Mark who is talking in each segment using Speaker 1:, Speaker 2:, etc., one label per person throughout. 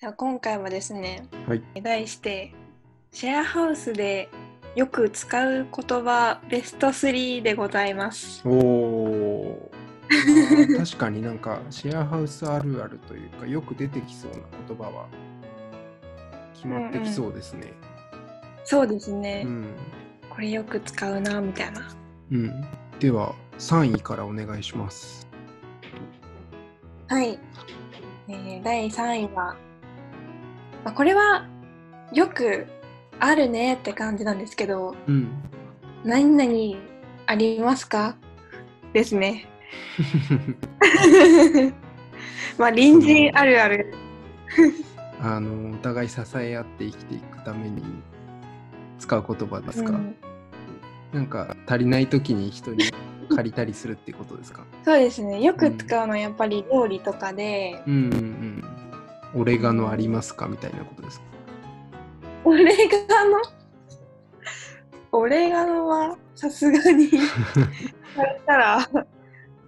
Speaker 1: じゃあ今回はですね、
Speaker 2: はい
Speaker 1: 題してシェアハウスでよく使う言葉ベスト3でございます。
Speaker 2: おおー。あー確かになんかシェアハウスあるあるというかよく出てきそうな言葉は決まってきそうですね。
Speaker 1: そうです
Speaker 2: う
Speaker 1: ね、
Speaker 2: ん。
Speaker 1: これよく使うなみたいな。
Speaker 2: うん。では3位からお願いします。
Speaker 1: はい、えー第3位は、まあ、これはよくあるねって感じなんですけど
Speaker 2: うん。
Speaker 1: 「何々ありますか?」ですね。 まあ隣人あるある。
Speaker 2: あのお互い支え合って生きていくために使う言葉ですか、
Speaker 1: うん
Speaker 2: なんか足りない時に人に借りたりするってことですか
Speaker 1: そうですねよく使うのはやっぱり料理とかで、
Speaker 2: うんうんうん。オレガノありますかみたいなことですか
Speaker 1: オレガ ノオレガノはさすが にされたら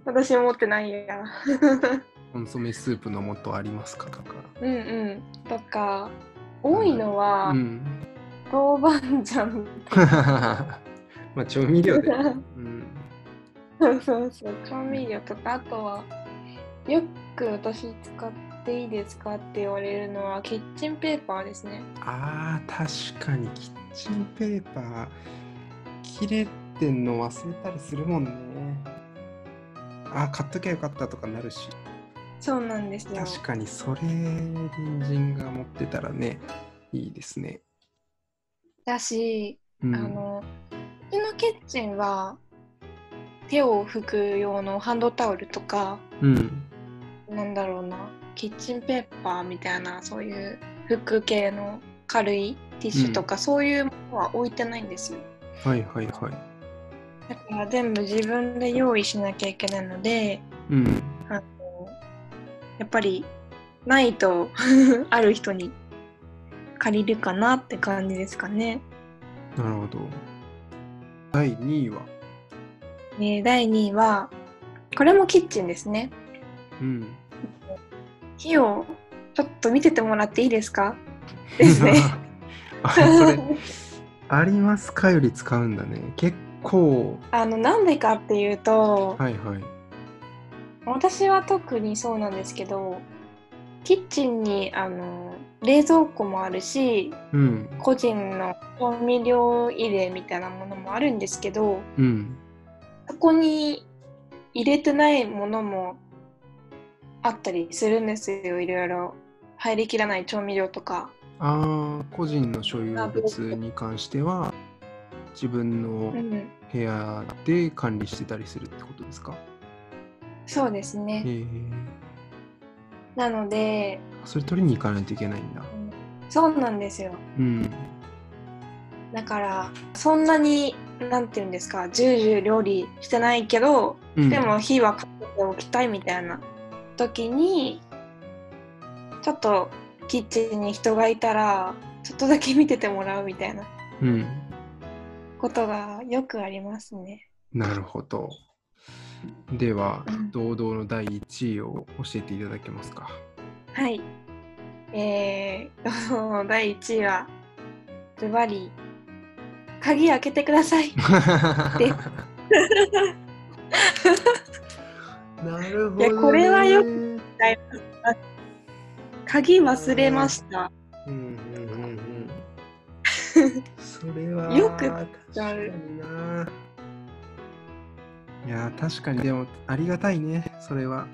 Speaker 1: 私持ってないや
Speaker 2: コンソメスープの素ありますかとか。
Speaker 1: うんうんとか多いのは
Speaker 2: うん。
Speaker 1: 豆板醤
Speaker 2: まあ調味料で。 うん。
Speaker 1: そうそうそう調味料とかあとはよく私使っていいですかって言われるのはキッチンペーパーですね
Speaker 2: ああ、確かにキッチンペーパー切れてんの忘れたりするもんね。ああ、買っときゃよかったとかなるし。
Speaker 1: そうなんですよ
Speaker 2: 確かにそれ、隣人が持ってたらね、いいですね。
Speaker 1: だし
Speaker 2: うん、
Speaker 1: あのうちのキッチンは手を拭く用のハンドタオルとか
Speaker 2: うん。
Speaker 1: なんだろうなキッチンペーパーみたいなそういう服系の軽いティッシュとか、そういうものは置いてないんですよ
Speaker 2: はいはいはい。
Speaker 1: だから全部自分で用意しなきゃいけないので
Speaker 2: うん。
Speaker 1: やっぱりないと ある人に借りるかなって感じですかね。
Speaker 2: なるほど。第2位は。
Speaker 1: えー第2位はこれもキッチンですね。
Speaker 2: うん。
Speaker 1: 火をちょっと見ててもらっていいですかですね。
Speaker 2: あそれありますかより使うんだね。結構。
Speaker 1: あのなんでかっていうと、
Speaker 2: はいはい。
Speaker 1: 私は特にそうなんですけどキッチンにあの冷蔵庫もあるし
Speaker 2: うん。
Speaker 1: 個人の調味料入れみたいなものもあるんですけど
Speaker 2: うん。
Speaker 1: そこに入れてないものもあったりするんですよいろいろ入りきらない調味料とか。
Speaker 2: ああ、個人の所有物に関しては、自分の
Speaker 1: うん
Speaker 2: 部屋で管理してたりするってことですか、
Speaker 1: そうです
Speaker 2: え
Speaker 1: ね。
Speaker 2: え
Speaker 1: なので、
Speaker 2: それ取りに行かないといけないんだ。
Speaker 1: そうなんですよ。
Speaker 2: うん。
Speaker 1: だからそんなになんていうんですかジュージュー料理してないけど、
Speaker 2: うん
Speaker 1: でも火はかけておきたいみたいな時にちょっとキッチンに人がいたらちょっとだけ見ててもらうみたいな
Speaker 2: うん。
Speaker 1: ことがよくありますね。
Speaker 2: なるほど。では
Speaker 1: うん、
Speaker 2: 堂々の第1位を教えていただけますか。
Speaker 1: はい。えー、どうぞ第1位はズバリ鍵開けてください。で
Speaker 2: なるほど、
Speaker 1: いやこれはよ鍵忘れました。
Speaker 2: うんうんうんうん。 それは
Speaker 1: よく
Speaker 2: 確かにな。いや確かにでもありがたいねそれは。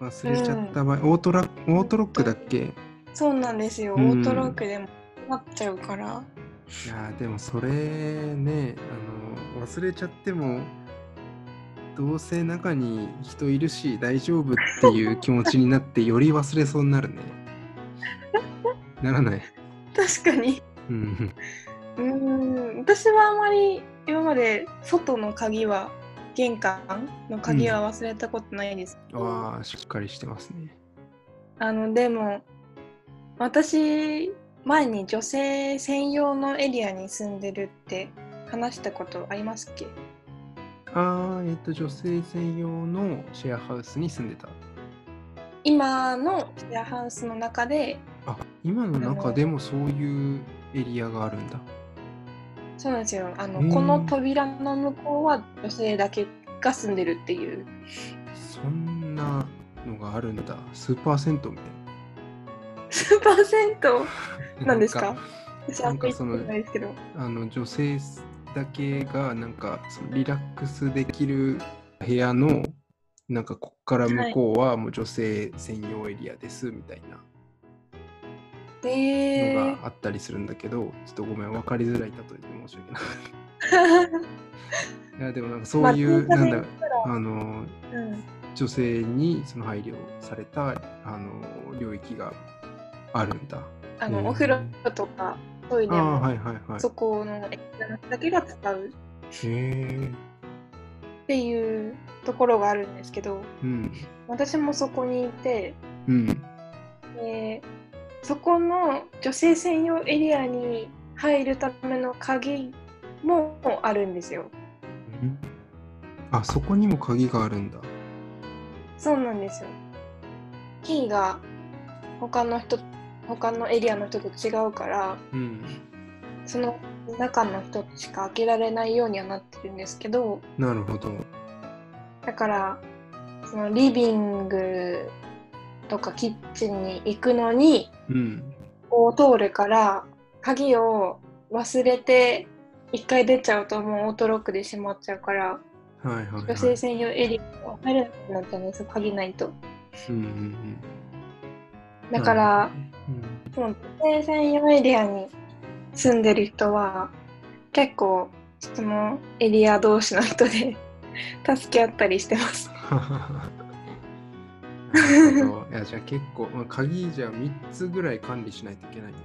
Speaker 2: 忘れちゃった場合、オートラオートロックだっけ？い
Speaker 1: そうなんですよ。オ
Speaker 2: うん
Speaker 1: ートロックでもなっちゃうから。
Speaker 2: やでもそれねあの忘れちゃっても。どうせ中に人いるし大丈夫っていう気持ちになってより忘れそうになるね。 ならない。
Speaker 1: 確かに。
Speaker 2: うん。
Speaker 1: うーん。私はあまり今まで外の鍵は玄関の鍵は忘れたことないです。
Speaker 2: ああ、しっかりしてますね。
Speaker 1: あのでも私前に女性専用のエリアに住んでるって話したことありますっけ？
Speaker 2: ああ、えっと、女性専用のシェアハウスに住んでた。
Speaker 1: 今のシェアハウスの中で
Speaker 2: あ今の中でもそういうエリアがあるんだ。
Speaker 1: そうなんですよあの、
Speaker 2: うん
Speaker 1: この扉の向こうは女性だけが住んでるっていう
Speaker 2: そんなのがあるんだ。スーパー銭湯みたい
Speaker 1: スーパー銭
Speaker 2: な。
Speaker 1: 湯なんですか
Speaker 2: か
Speaker 1: 私あんまり
Speaker 2: なんかその
Speaker 1: 行ってないですけど
Speaker 2: あの女性だけがなんかそのリラックスできる部屋のなんかこっから向こうはもう女性専用エリアですみたいな
Speaker 1: え
Speaker 2: の
Speaker 1: ー
Speaker 2: があったりするんだけど、ちょっとごめん分かりづらい例えで申し訳ない。いや でもなんかそういう、
Speaker 1: まあ
Speaker 2: なんだあの
Speaker 1: うん
Speaker 2: 女性にその配慮されたあの領域があるんだ。
Speaker 1: あ
Speaker 2: うん
Speaker 1: のお風呂とかトイ
Speaker 2: あ
Speaker 1: レ
Speaker 2: あ
Speaker 1: も、
Speaker 2: はいはいはい。
Speaker 1: そこのエリアの人だけが使う
Speaker 2: へえ。
Speaker 1: っていうところがあるんですけど
Speaker 2: うん
Speaker 1: 私もそこにいて
Speaker 2: うん
Speaker 1: でそこの女性専用エリアに入るための鍵もあるんですよ。
Speaker 2: うん。あそこにも鍵があるんだ。
Speaker 1: そうなんですよ。キーが他の人他のエリアの人と違うから
Speaker 2: うん。
Speaker 1: その中の人しか開けられないようにはなってるんですけど
Speaker 2: なるほど。
Speaker 1: だからそのリビングとかキッチンに行くのに
Speaker 2: うん。
Speaker 1: こう通るから鍵を忘れて一回出ちゃうともうオートロックで閉まっちゃうから
Speaker 2: はいはい、
Speaker 1: 女
Speaker 2: は
Speaker 1: 性
Speaker 2: い。
Speaker 1: 専用エリアは入れなくなっちゃうんですよ鍵ないと
Speaker 2: うんうんうん。
Speaker 1: だから、
Speaker 2: うん。
Speaker 1: その女性専用エリアに住んでる人は結構そのエリア同士の人で 助け合ったりしてます
Speaker 2: なる ほど。いやじゃあ結構、まあ、鍵じゃあ3つぐらい管理しないといけないんだ。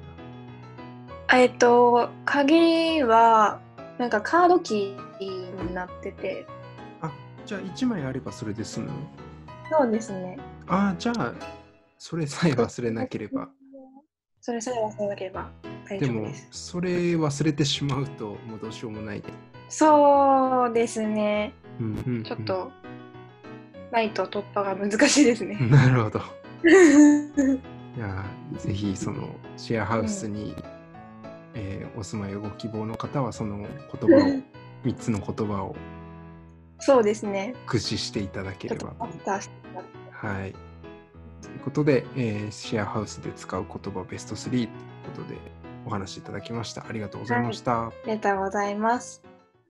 Speaker 1: あえっと鍵はなんかカードキーになってて
Speaker 2: あじゃあ1枚あればそれで済むの
Speaker 1: そうですね
Speaker 2: ああ、じゃあそれさえ忘れなければ。
Speaker 1: それさえ忘れなければ 大
Speaker 2: で
Speaker 1: 丈夫
Speaker 2: も
Speaker 1: です
Speaker 2: それ忘れてしまうともうどうしようもない。
Speaker 1: そうですね。
Speaker 2: うんうんうん
Speaker 1: ちょっ。と、ライト突破が難しいですね。
Speaker 2: なるほど。いやぜひそのシェアハウスに、えーお住まいをご希望の方はその言葉を3つの言葉を
Speaker 1: そうですね。
Speaker 2: 駆使していただけ
Speaker 1: ちょ
Speaker 2: れ
Speaker 1: っと
Speaker 2: ば。
Speaker 1: マスターしてた
Speaker 2: はい。ということで、えーシェアハウスで使う言葉ベスト3ということでお話しいただきました。ありがとうございました。
Speaker 1: ありがとうございます。